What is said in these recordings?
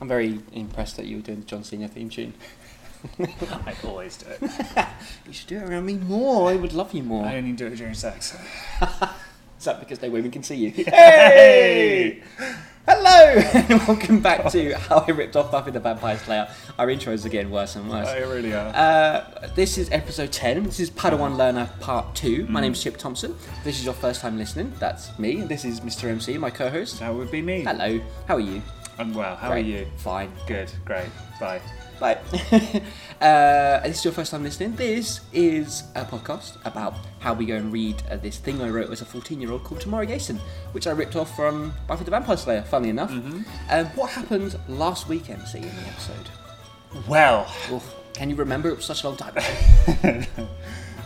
I'm very impressed that you were doing the John Cena theme tune. I always do it. You should do it around me more. I would love you more. I only do it during sex. Is that because no women can see you? Hey! Hello and welcome back to How I Ripped Off Buffy the Vampire Slayer. Our intros are getting worse and worse. I really are. Uh, this is episode 10. This is Padawan Learner Part 2. My name's Chip Thompson. If This is your first time listening. That's me. This is Mr. MC, my co host. That would be me. Hello. How are you? I'm well. How Great. are you? Fine. Good. Great. Bye. Bye. uh, if this is your first time listening. This is a podcast about how we go and read uh, this thing I wrote as a 14 year old called Tomorrowgation, which I ripped off from Buffy the Vampire Slayer, funnily enough. Mm-hmm. Um, what happened last week, MC, in the episode? Well, Oof, can you remember? It was such a long time ago.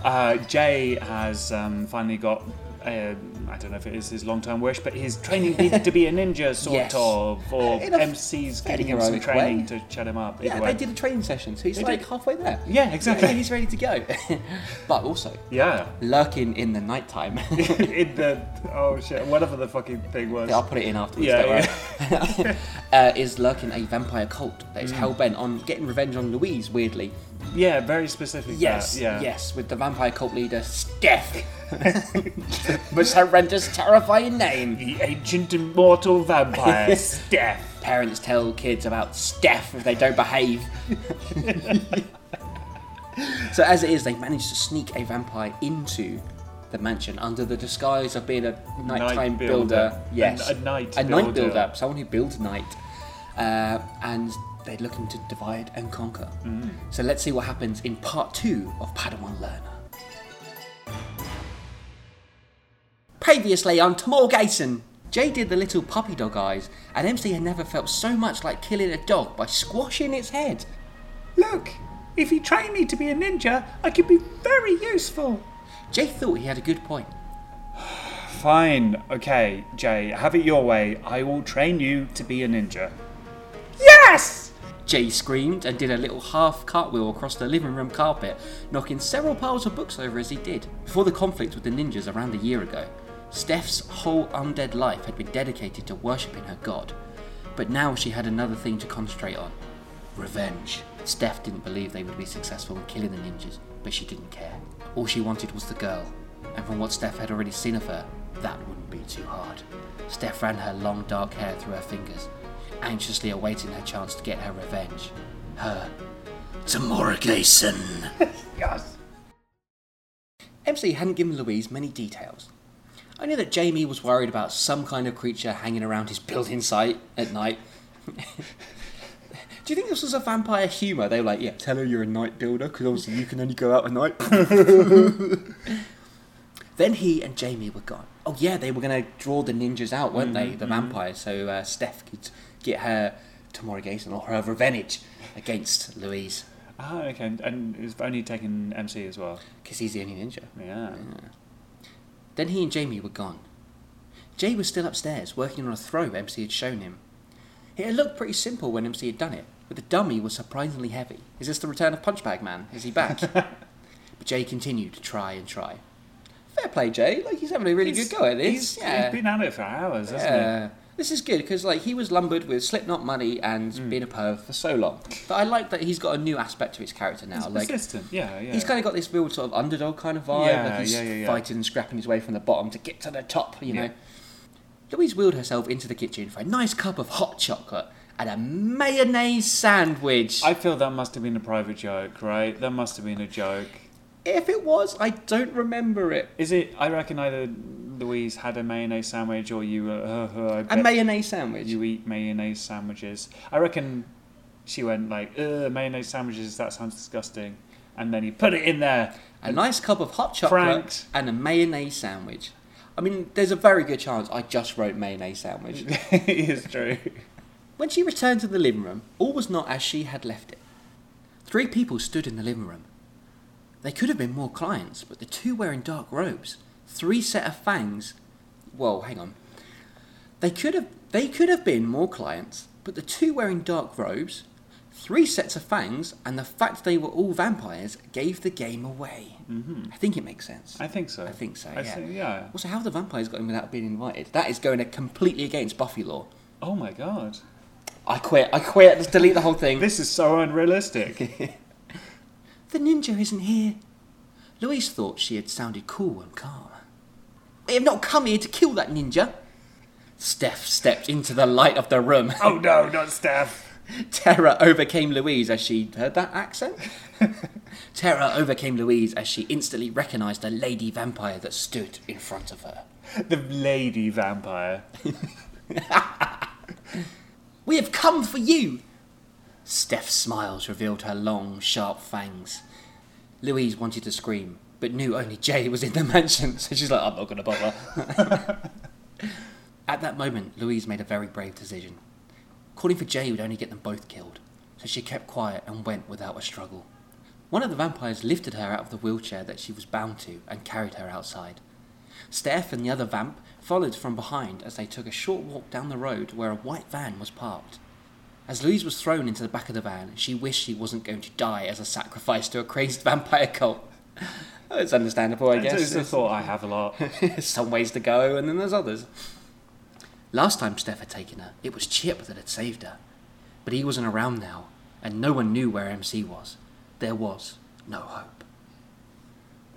uh, Jay has um, finally got. Uh, I don't know if it is his long-term wish, but he's training me to be a ninja, sort Yes. of, or In a MC's fairly giving him some heroic training way. to shut him up. yeah, either way. they did a training session, so he's They like did. halfway there. Yeah, exactly. Yeah, he's ready to go. but also, Yeah, lurking in the nighttime. in the oh shit, whatever the fucking thing was. I'll put it in afterwards. Yeah, don't worry. uh, is lurking a vampire cult that Mm. is hell bent on getting revenge on Louise. Weirdly, Yeah, very specific. yes, that, Uh, yeah. yes, with the vampire cult leader Steph, with horrendous, terrifying name. The ancient immortal vampire Steph. Parents tell kids about Steph if they don't behave. so as it is, they manage to sneak a vampire into. The mansion under the disguise of being a nighttime builder. builder. Yes, A- a night a night builder. builder, someone who builds night, uh, and they're looking to divide and conquer. Mm. So let's see what happens in part two of Padawan Learner. Previously on Tamorgason, Jay did the little puppy dog eyes, and MC had never felt so much like killing a dog by squashing its head. Look, if you train me to be a ninja, I could be very useful. Jay thought he had a good point. Fine, okay, Jay, have it your way. I will train you to be a ninja. Yes! Jay screamed and did a little half cartwheel across the living room carpet, knocking several piles of books over as he did. Before the conflict with the ninjas around a year ago, Steph's whole undead life had been dedicated to worshipping her god. But now she had another thing to concentrate on revenge. Steph didn't believe they would be successful in killing the ninjas, but she didn't care. All she wanted was the girl, and from what Steph had already seen of her, that wouldn't be too hard. Steph ran her long dark hair through her fingers, anxiously awaiting her chance to get her revenge. Her. Tamorgason! Yes. MC hadn't given Louise many details. I knew that Jamie was worried about some kind of creature hanging around his building site at night. Do you think this was a vampire humour? They were like, yeah, tell her you're a night builder, because obviously you can only go out at night. then he and Jamie were gone. Oh, yeah, they were going to draw the ninjas out, weren't they? The vampires, so uh, Steph could get her Tomorrowgason or her revenge against Louise, Ah, okay, and- and it's only taken MC as well. because he's the only ninja. Yeah. Then he and Jamie were gone. Jay was still upstairs, working on a throw MC had shown him. It had looked pretty simple when MC had done it, but the dummy was surprisingly heavy. Is this the return of Punchbag Man? Is he back? but Jay continued to try and try. Fair play, Jay. Like, he's having a really He's- good go at this. He's, he's been at it for hours, hasn't he? Yeah. This is good because like he was lumbered with Slipknot money and Mm. being a perv for so long. But I like that he's got a new aspect to his character now. He's like persistent, yeah, yeah. He's kind of got this real sort of underdog kind of vibe. Yeah, like he's yeah, yeah, yeah. fighting and scrapping his way from the bottom to get to the top, you know. Yeah. Louise wheeled herself into the kitchen for a nice cup of hot chocolate and a mayonnaise sandwich. I feel that must have been a private joke, right? That must have been a joke. if it was, I don't remember it. Is it? I reckon either Louise had a mayonnaise sandwich or you. Uh, uh, uh, I A bet mayonnaise sandwich. you eat mayonnaise sandwiches. I reckon she went like, Ugh, mayonnaise sandwiches. That sounds disgusting. And then he put it in there. a nice cup of hot chocolate Frank's. and a mayonnaise sandwich. I mean, there's a very good chance I just wrote mayonnaise sandwich. it is true. When she returned to the living room, all was not as she had left it. Three people stood in the living room. They could have been more clients, but the two wearing dark robes, three set of fangs. Well, hang on. They could have they could have been more clients, but the two wearing dark robes, three sets of fangs, and the fact they were all vampires gave the game away. I think it makes sense. Mm-hmm. I think so. I think so, I yeah. think- yeah. Also, how have the vampires got in without being invited? That is going completely against Buffy law. Oh my god. I quit. I quit. Let's delete the whole thing. This is so unrealistic. The ninja isn't here. Louise thought she had sounded cool and calm. I have not come here to kill that ninja. Steph stepped into the light of the room. oh no, not Steph. Terror overcame Louise as she heard that accent. Terror overcame Louise as she instantly recognised a lady vampire that stood in front of her. The lady vampire. We have come for you! Steph's smiles revealed her long, sharp fangs. Louise wanted to scream, but knew only Jay was in the mansion, so she's like, I'm not going to bother. At that moment, Louise made a very brave decision. Calling for Jay would only get them both killed, so she kept quiet and went without a struggle. One of the vampires lifted her out of the wheelchair that she was bound to and carried her outside. Steph and the other vamp followed from behind as they took a short walk down the road where a white van was parked. As Louise was thrown into the back of the van, she wished she wasn't going to die as a sacrifice to a crazed vampire cult. it's understandable, I It's- guess. it's a thought I have a lot. There's some ways to go, and then there's others. Last time Steph had taken her, it was Chip that had saved her. But he wasn't around now, and no one knew where MC was. There was no hope.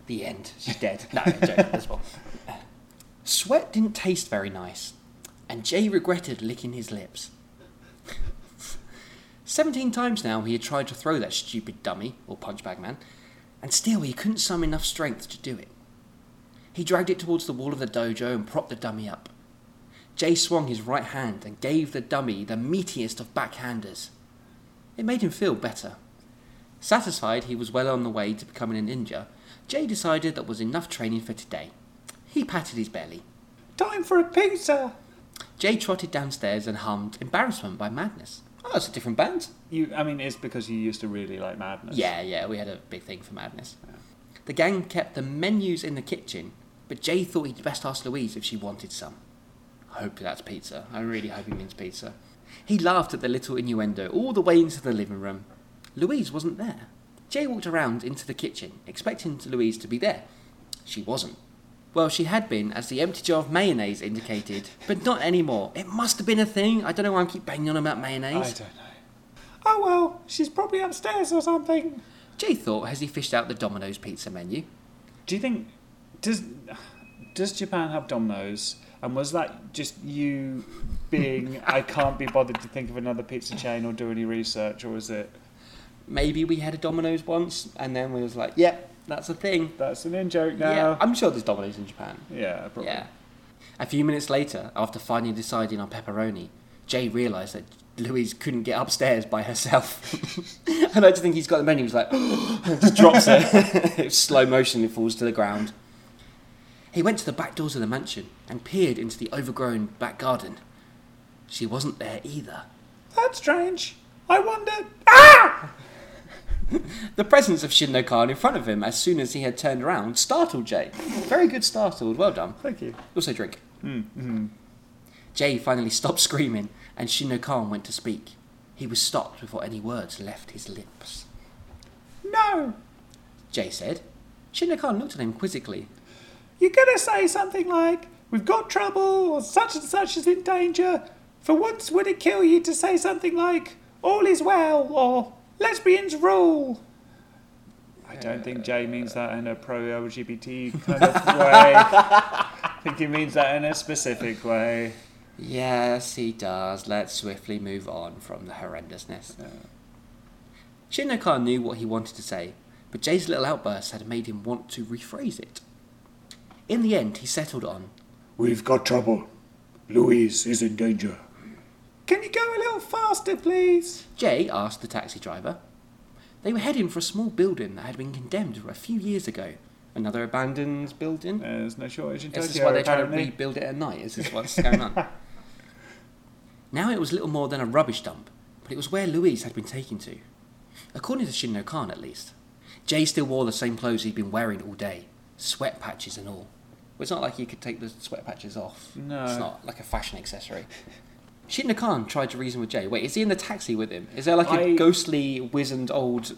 The end. She's dead. no, I'm joking. That's what. Sweat didn't taste very nice, and Jay regretted licking his lips. Seventeen times now he had tried to throw that stupid dummy, or punchbag man, and still he couldn't summon enough strength to do it. He dragged it towards the wall of the dojo and propped the dummy up. Jay swung his right hand and gave the dummy the meatiest of backhanders. It made him feel better. Satisfied he was well on the way to becoming a ninja, Jay decided that was enough training for today. He patted his belly. Time for a pizza. Jay trotted downstairs and hummed Embarrassment by Madness. Oh, it's a different band. You, I mean, it's because you used to really like madness. Yeah, yeah, we had a big thing for Madness. The gang kept the menus in the kitchen, but Jay thought he'd best ask Louise if she wanted some. I hope that's pizza. I really hope he means pizza. He laughed at the little innuendo all the way into the living room. Louise wasn't there. Jay walked around into the kitchen, expecting Louise to be there. She wasn't. Well, she had been, as the empty jar of mayonnaise indicated, but not anymore. It must have been a thing. I don't know why I keep banging on about I mayonnaise. don't know. Oh well, she's probably upstairs or something. Jay thought as he fished out the Domino's pizza menu. Do you think does does Japan have Domino's? And was that just you being I can't be bothered to think of another pizza chain or do any research, or was it maybe we had a Domino's once, and then we was like, yep, that's a thing. that's an in joke Yeah, now? I'm sure there's Domino's in Japan. Yeah, probably. Yeah. A few minutes later, after finally deciding on pepperoni, Jay realised that Louise couldn't get upstairs by herself. and I just think he's got the menu. He's like, just drops it. it's slow motion. It falls to the ground. He went to the back doors of the mansion and peered into the overgrown back garden. She wasn't there either. That's strange. I wonder. Ah! The presence of Shinno Khan in front of him as soon as he had turned around startled Jay. Very good startled, well done. Thank you. Also drink. Jay finally stopped screaming and Shinno Khan went to speak. He was stopped before any words left his lips. No, Jay said. Shinno Khan looked at him quizzically. you're gonna say something like "We've got trouble" or "Such and such is in danger." For once, would it kill you to say something like "All is well" or "Lesbians rule"? I don't think Jay means that in a pro-LGBT kind of way. I think he means that in a specific way. Yes, he does. Let's swiftly move on from the horrendousness. Shinno Khan knew what he wanted to say, but Jay's little outburst had made him want to rephrase it. In the end, he settled on We've got trouble. Louise is in danger. Can you go a little faster, please? Jay asked the taxi driver. They were heading for a small building that had been condemned a few years ago. Another abandoned building? There's no shortage in This is Tokyo, why they're trying to apparently. rebuild it at night. Is this what's going on? now it was little more than a rubbish dump, but it was where Louise had been taken to. According to Shinno Khan, at least. Jay still wore the same clothes he'd been wearing all day, sweat patches and all. Well, it's not like you could take the sweat patches off. No. It's not like a fashion accessory. Shinno Khan tried to reason with Jay. Wait, is he in the taxi with him? Is there like a I- ghostly, wizened old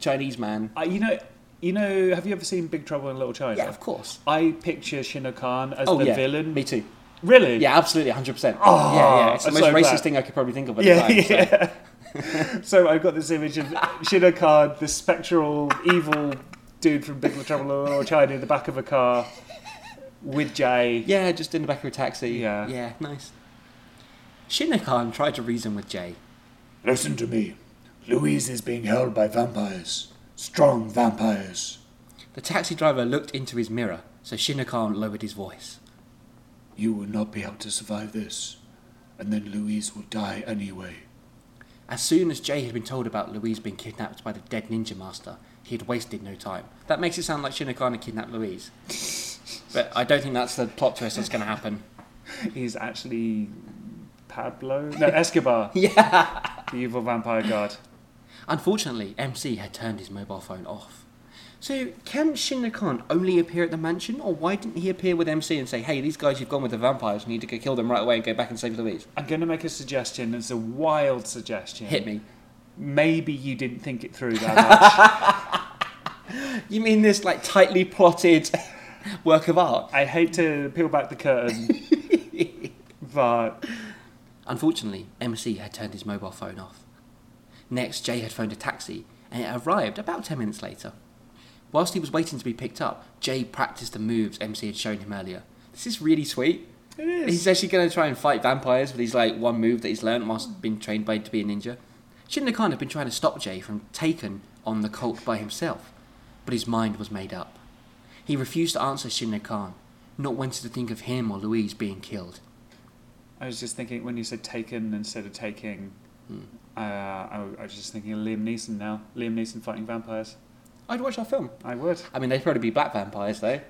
Chinese man? Uh, you know, you know. Have you ever seen Big Trouble in Little China? Yeah, of course. I picture Shinno Khan as oh, the yeah. villain. Me too. Really? Yeah, absolutely, 100%. Oh, yeah, yeah. It's the I'm most so racist glad. thing I could probably think of at Yeah, the time. so- yeah. so I've got this image of Shinno Khan, this spectral, evil dude from Big Trouble in Little China in the back of a car with Jay. Yeah, just in the back of a taxi. Yeah. Yeah, nice. Shinnokan tried to reason with Jay. Listen to me. Louise is being held by vampires. Strong vampires. The taxi driver looked into his mirror, so Shinnokan lowered his voice. You will not be able to survive this. And then Louise will die anyway. As soon as Jay had been told about Louise being kidnapped by the dead ninja master, he had wasted no time. That makes it sound like Shinnokan had kidnapped Louise. but I don't think that's the plot twist that's going to happen. He's actually Pablo? No, Escobar, Yeah! the evil vampire guard. Unfortunately, MC had turned his mobile phone off. So, can Shinnokan only appear at the mansion, or why didn't he appear with MC and say, hey, these guys you've gone with the vampires, you need to go kill them right away and go back and save Louise? I'm going to make a suggestion. It's a wild suggestion. Hit me. Maybe you didn't think it through that much. You mean this, like, tightly plotted work of art? I hate to peel back the curtain, but Unfortunately, MC had turned his mobile phone off. Next, Jay had phoned a taxi, and it arrived about 10 minutes later. Whilst he was waiting to be picked up, Jay practiced the moves MC had shown him earlier. This is really sweet. it is. He's actually going to try and fight vampires with his like one move that he's learned whilst being trained by to be a ninja. Shinra Khan had been trying to stop Jay from taking on the cult by himself, but his mind was made up. He refused to answer Shinra Khan, not wanting to think of him or Louise being killed. I was just thinking when you said taken instead of taking, Hmm. uh, I, I was just thinking of Liam Neeson now. Liam Neeson fighting vampires. I'd watch that film. I would. I mean, they'd probably be black vampires though.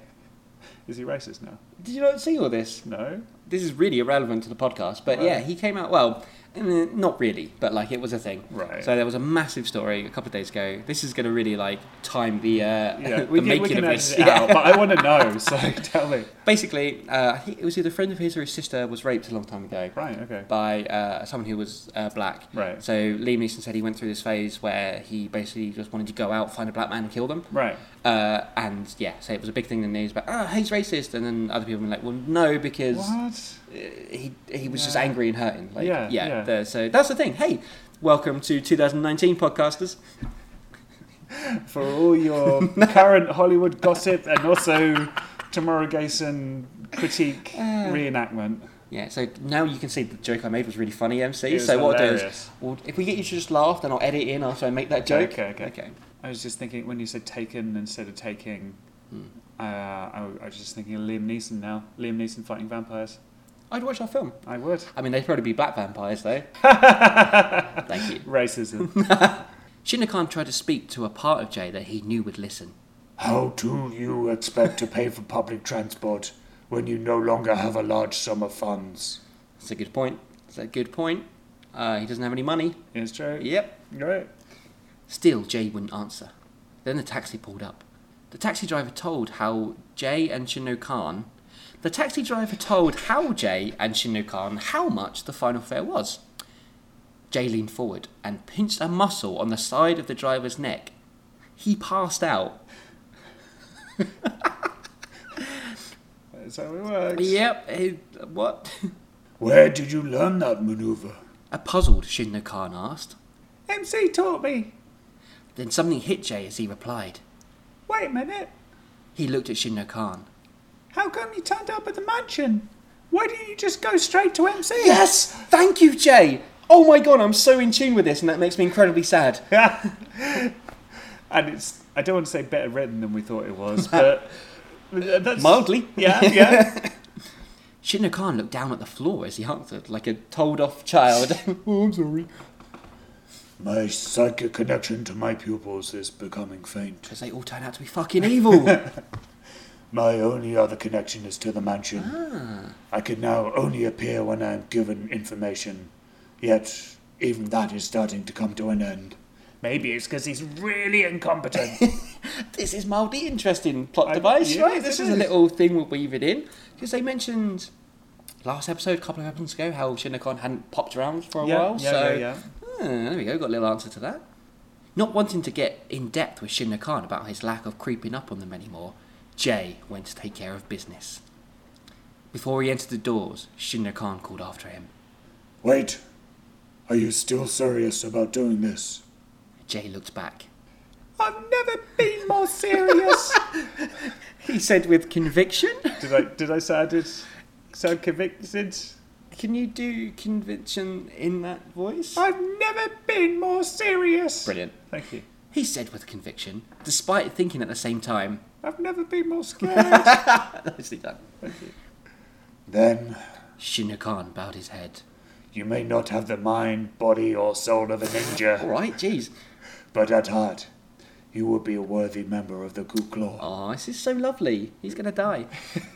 Is he racist now? Did you not see all this? No. This is really irrelevant to the podcast, but yeah, Right. he came out well. eh, Not really, but like it was a thing. Right. So there was a massive story a couple of days ago. This is going to really like time the uh, Yeah, the we can, making we can of edit this. it out, but I want to know, so tell me. Basically, uh, I think it was either a friend of his or his sister was raped a long time ago Right, okay. by uh, someone who was uh, black. Right. So Liam Neeson said he went through this phase where he basically just wanted to go out, find a black man, and kill them. Right. Uh, and yeah, so it was a big thing in the news about, oh, he's racist. And then other people were like, well, no, because What? uh, he he was just Yeah. angry and hurting. Like, yeah, Yeah, yeah. yeah. the- so that's the thing. Hey, welcome to 2019 podcasters. For all your current Hollywood gossip and also Tamara Gayson critique Uh. reenactment. Yeah, so now you can see the joke I made was really funny, MC. It was so what I'll do is, hilarious. well, if we get you to just laugh, then I'll edit in after I make that Okay, joke. okay, okay. I was just thinking when you said taken instead of taking, uh, I, I was just thinking of Liam Neeson now. Liam Neeson fighting vampires. I'd watch our film. I would. I mean, they'd probably be black vampires, though. Thank you. Racism. Shinnokan tried to speak to a part of Jay that he knew would listen. How do you expect to pay for public transport when you no longer have a large sum of funds? That's a good point. That's a good point. Uh, he doesn't have any money. it's true. Yep. Right. Still, Jay wouldn't answer. Then the taxi pulled up. The taxi driver told how Jay and Shinno Khan. The taxi driver told how Jay and Shinno Khan how much the final fare was. Jay leaned forward and pinched a muscle on the side of the driver's neck. He passed out. That's how it works. Yep. eh, What? Where did you learn that maneuver? A puzzled Shinno Khan asked. MC taught me. Then something hit Jay as he replied. Wait a minute. He looked at Shinno Khan. How come you turned up at the mansion? Why didn't you just go straight to MC? Yes! Thank you, Jay! Oh my god, I'm so in tune with this, and that makes me incredibly sad. and it's I don't want to say better written than we thought it was, but that's Mildly. Yeah, yeah. Shinno Khan looked down at the floor as he answered, like a told off child. oh, I'm sorry. My psychic connection to my pupils is becoming faint. Because they all turn out to be fucking evil. My only other connection is to the mansion. Ah. I can now only appear when I am given information. Yet, even that is starting to come to an end. Maybe it's because he's really incompetent. this is mildly interesting plot I- device, yes, right? it This is. a is. little thing we'll weave it in. Because they mentioned last episode, a couple of episodes ago, how Shinno Khan hadn't popped around for a Yeah, while. yeah, Oh, so yeah, yeah. Ah, there we go, got a little answer to that. Not wanting to get in depth with Shinno Khan about his lack of creeping up on them anymore, Jay went to take care of business. Before he entered the doors, Shinra Khan called after him. Wait! Are you still serious about doing this? Jay looked back. I've never been more serious. He said with conviction. did I did I sound it? Sound convicted? Can you do conviction in that voice? I've never been more serious. Brilliant. Thank you. He said with conviction, despite thinking at the same time, I've never been more scared. nicely done. Then Shinra Khan bowed his head. you may not have the mind, body, or soul of a ninja, Alright, jeez. but at heart, you will be a worthy member of the Ku Klux. Oh, this is so lovely. He's going to die.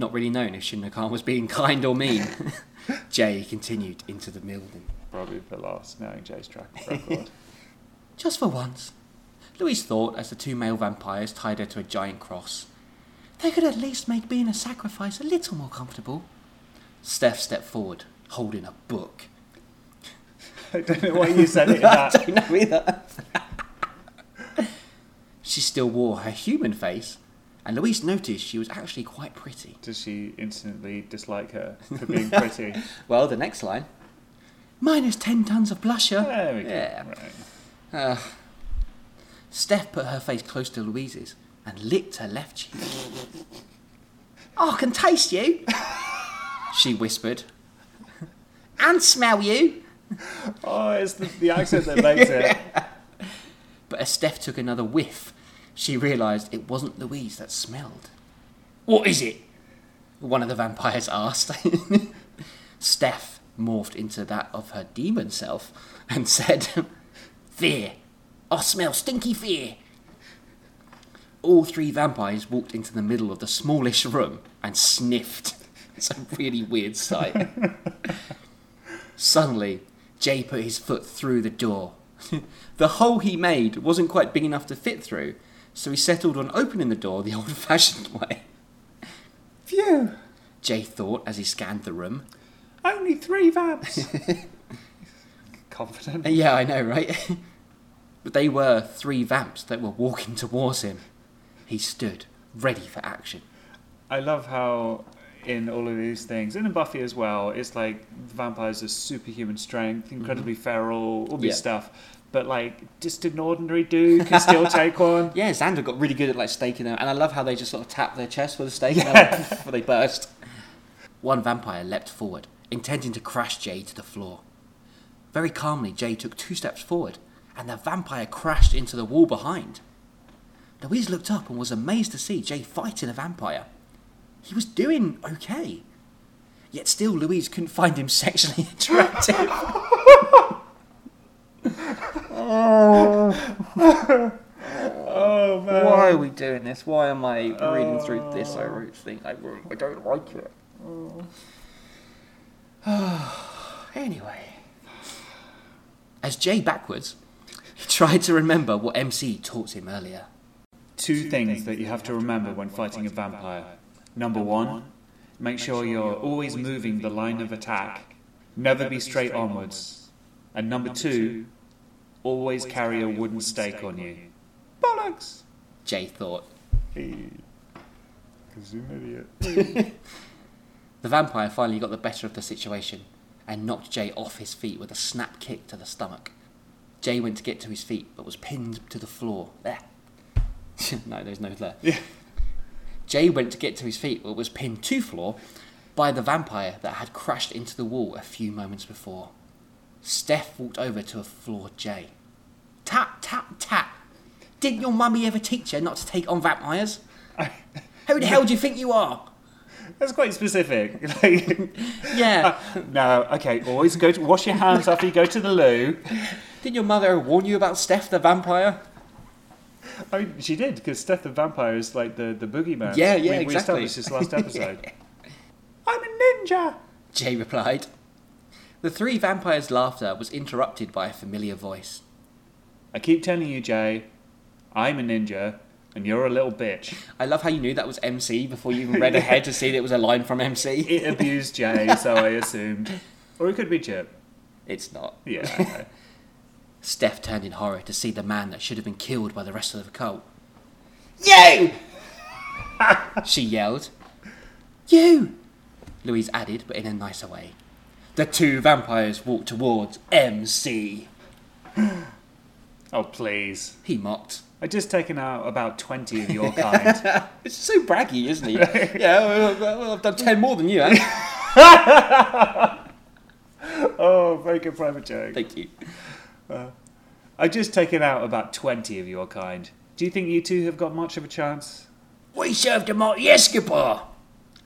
Not really known if Shinra Khan was being kind or mean. Jay continued into the building. Probably the last, knowing Jay's track record. Just for once, Louise thought as the two male vampires tied her to a giant cross. They could at least make being a sacrifice a little more comfortable. Steph stepped forward, holding a book. I don't know why you said it in that. don't know either. she still wore her human face, and Louise noticed she was actually quite pretty. Does she instantly dislike her for being pretty? Well, the next line. Minus 10 tons of blusher. There we go. Yeah. Right. Steph put her face close to Louise's and licked her left cheek. oh, I can taste you, she whispered. And smell you. Oh, it's the, the accent that makes it. But as Steph took another whiff, she realised it wasn't Louise that smelled. What is it? One of the vampires asked. Steph morphed into that of her demon self and said, Fear. I smell stinky fear. All three vampires walked into the middle of the smallish room and sniffed. It's a really weird sight. Suddenly, Jay put his foot through the door. the hole he made wasn't quite big enough to fit through, so he settled on opening the door the old fashioned way. Phew! Jay thought as he scanned the room. Only three vamps. Confident. Uh, Yeah, I know, right? but they were three vamps that were walking towards him. He stood, ready for action. I love how in all of these things, and in Buffy as well, it's like vampires are superhuman strength, incredibly feral, all this Yeah. stuff. But like, just an ordinary dude can still take one. Yeah, Xander got really good at like staking them, and I love how they just sort of tap their chest with a stake and they're like, before they burst. One vampire leapt forward, intending to crash Jay to the floor. Very calmly, Jay took two steps forward, and the vampire crashed into the wall behind. Louise looked up and was amazed to see Jay fighting a vampire. He was doing okay. Yet still, Louise couldn't find him sexually attractive. Oh man! Why are we doing this? Why am I reading through this? I wrote thing. I, wrote- I don't like it. anyway, as Jay backwards, he tried to remember what MC taught him earlier. Two things that you have to remember when fighting a vampire. Number one, make sure you're always moving the line of attack. Never be straight onwards. And number two, always carry a wooden stake on you. Bollocks! Jay thought. The vampire finally got the better of the situation and knocked Jay off his feet with a snap kick to the stomach. Jay went to get to his feet but was pinned to the floor. There. no, there's no there. Yeah. Jay went to get to his feet but was pinned to floor by the vampire that had crashed into the wall a few moments before. Steph walked over to a floored Jay. Tap, tap, tap. Didn't your mummy ever teach you not to take on vampires? Who the hell do you think you are? That's quite specific. Like, uh, Yeah. no, okay, always go to wash your hands after you go to the loo. Did your mother warn you about Steph the vampire? I mean, she did, because Steph the Vampire is like the, the boogeyman. Yeah, yeah, we, We exactly. established this last episode. I'm a ninja. Jay replied. The three vampires' laughter was interrupted by a familiar voice. I keep telling you, Jay, I'm a ninja, and you're a little bitch. I love how you knew that was MC before you even read ahead to see that it was a line from MC. It abused Jay, so I assumed. Or it could be Chip. It's not. Yeah. I know. Steph turned in horror to see the man that should have been killed by the rest of the cult. You! she yelled. You! Louise added, but in a nicer way. The two vampires walked towards MC. Oh, please. He mocked. I've just taken out about 20 of your kind. It's so braggy, isn't he? yeah, well, well, well, I've done 10 more than you, eh? oh, very good private joke. Thank you. I've just taken out about 20 of your kind. Do you think you two have got much of a chance? We served a mighty escobar,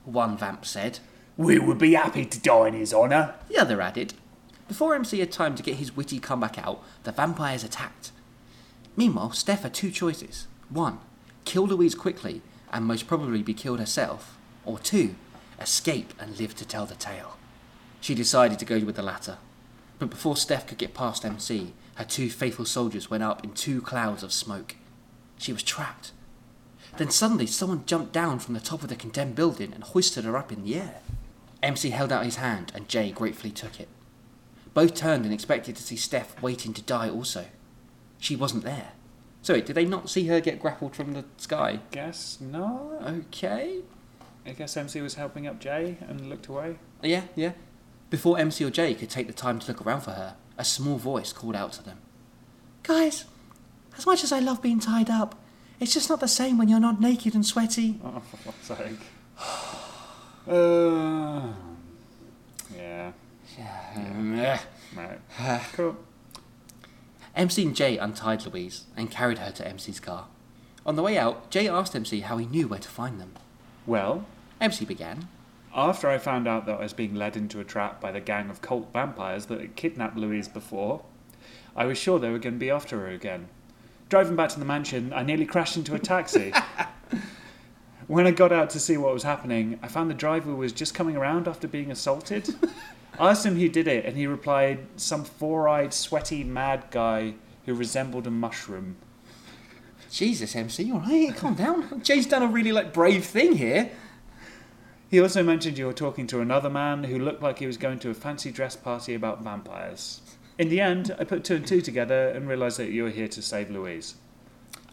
one vamp said. We would be happy to die in his honour. The other added. Before MC had time to get his witty comeback out, the vampires attacked. Meanwhile, Steph had two choices. One, kill Louise quickly and most probably be killed herself. Or two, escape and live to tell the tale. She decided to go with the latter. But before Steph could get past MC, her two faithful soldiers went up in two clouds of smoke. She was trapped. Then suddenly, someone jumped down from the top of the condemned building and hoisted her up in the air. MC held out his hand, and Jay gratefully took it. Both turned and expected to see Steph waiting to die also. She wasn't there. So, wait, did they not see her get grappled from the sky? Guess not. Okay. I guess MC was helping up Jay and looked away. Yeah, yeah. Before MC or Jay could take the time to look around for her, a small voice called out to them. Guys, as much as I love being tied up, it's just not the same when you're not naked and sweaty. Oh, for fuck's sake. Uh, yeah, Yeah. right. Cool. MC and Jay untied Louise and carried her to MC's car. On the way out, Jay asked MC how he knew where to find them. Well, MC began. after I found out that I was being led into a trap by the gang of cult vampires that had kidnapped Louise before, I was sure they were going to be after her again. Driving back to the mansion, I nearly crashed into a taxi. when I got out to see what was happening, I found the driver was just coming around after being assaulted. I asked him who did it, and he replied, Some four eyed, sweaty, mad guy who resembled a mushroom. Jesus, MC, you alright? Calm down. Jay's done a really like brave thing here. He also mentioned you were talking to another man who looked like he was going to a fancy dress party about vampires. In the end, I put two and two together and realised that you were here to save Louise.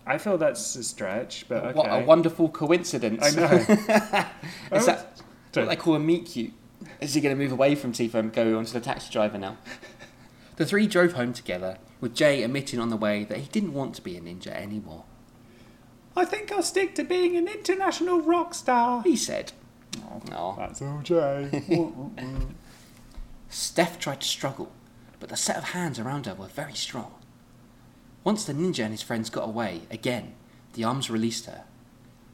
I feel that's a stretch, but okay. What a wonderful coincidence. I know. Oh, Is that Sorry. what they call a meet cute? Is he going to move away from Tifa and go onto the taxi driver now? the three drove home together, with Jay admitting on the way that he didn't want to be a ninja anymore. I think I'll stick to being an international rock star. He said, Aw. That's OJ. Steph tried to struggle, but the set of hands around her were very strong. Once the ninja and his friends got away, again, the arms released her.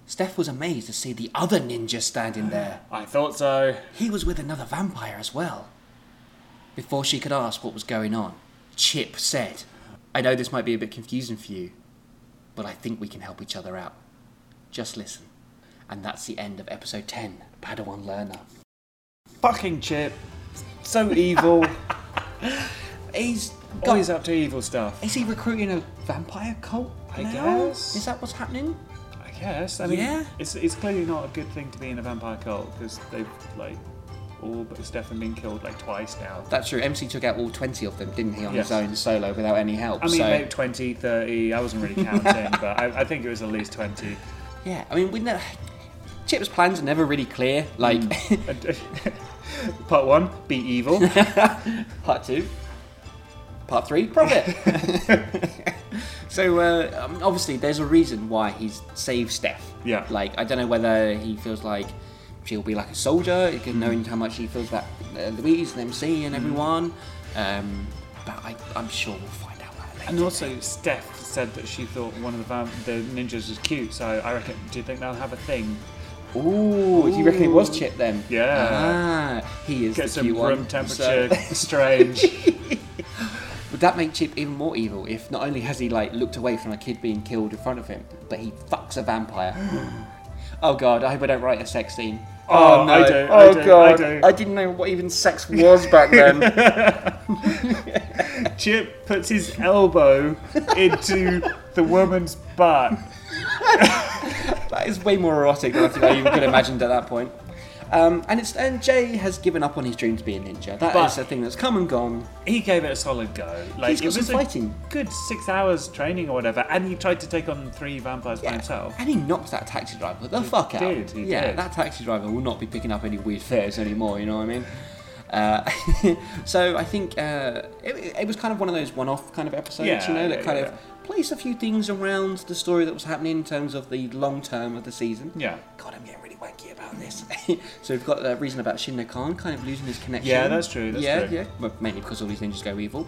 Steph was amazed to see the other ninja standing there. I thought so. He was with another vampire as well. Before she could ask what was going on, Chip said, I know this might be a bit confusing for you, but I think we can help each other out. Just listen. And that's the end of episode 10 Padawan Learner. Fucking Chip. So evil. He's got Always up to evil stuff. Is he recruiting a vampire cult? I now? guess. Is that what's happening? I guess. I mean, Yeah. it's, it's clearly not a good thing to be in a vampire cult because they've, like, all but Stefan been killed, like, twice now. That's true. MC took out all 20 of them, didn't he, on Yes. his own solo without any help. I mean, so, maybe 20, 30. I wasn't really counting, but I, I think it was at least 20. yeah, I mean, we never. Chip's plans are never really clear. Like, And- Part one, be evil. part two, part three, profit. so, uh, um, obviously, there's a reason why he's saved Steph. Yeah. Like, I don't know whether he feels like she'll be like a soldier, you can knowing how much he feels about uh, Louise and MC and everyone. Um, but I, I'm sure we'll find out that later. and also, Steph said that she thought one of the, vam- the ninjas was cute, so I reckon, do you think they'll have a thing? Ooh, do you reckon it was Chip then? Yeah. Ah, he is Get the some cute room one. temperature so- strange. would that make Chip even more evil if not only has he like looked away from a kid being killed in front of him, but he fucks a vampire? oh god, I hope I don't write a sex scene. Oh, I do, I oh do, I god, do. didn't know what even sex was back then. Chip puts his elbow into the woman's butt. that is way more erotic than I think I even could have imagined at that point. Um, and it's and Jay has given up on his dream to be a ninja. That is But- a thing that's come and gone. He gave it a solid go. Like He's got it was some a fighting. good six hours training or whatever, and he tried to take on three vampires by himself. And he knocked that taxi driver the fuck out. did, he yeah, did. that taxi driver will not be picking up any weird fares anymore, you know what I mean? Uh, so I think uh, it, it was kind of one of those one off kind of episodes, Yeah, you know, that yeah, kind yeah, of placed a few things around the story that was happening in terms of the long term of the season. Yeah. God, I'm getting really wanky about this. so we've got the reason about Shinra Khan kind of losing his connection. Yeah, that's true, that's yeah, true. yeah. Well, mainly because all these ninjas go evil.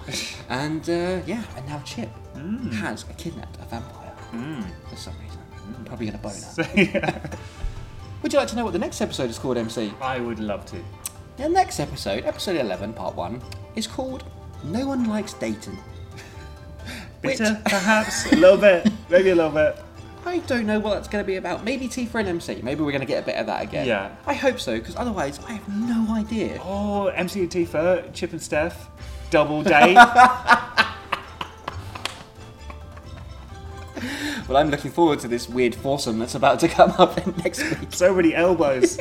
and uh, yeah, and now Chip Hmm. has kidnapped a vampire for some reason. Hmm. Probably gonna boner. Would you like to know what the next episode is called, MC? I would love to. The next episode, episode 11, part 1, is called No One Likes Dayton. Which- Bitter, perhaps a little bit, maybe a little bit. I don't know what that's going to be about. Maybe T for an MC. Maybe we're going to get a bit of that again. Yeah. I hope so, because otherwise I have no idea. Oh, MC and Tifa, Chip and Steph, double date. Well, I'm looking forward to this weird foursome that's about to come up next week. so many elbows.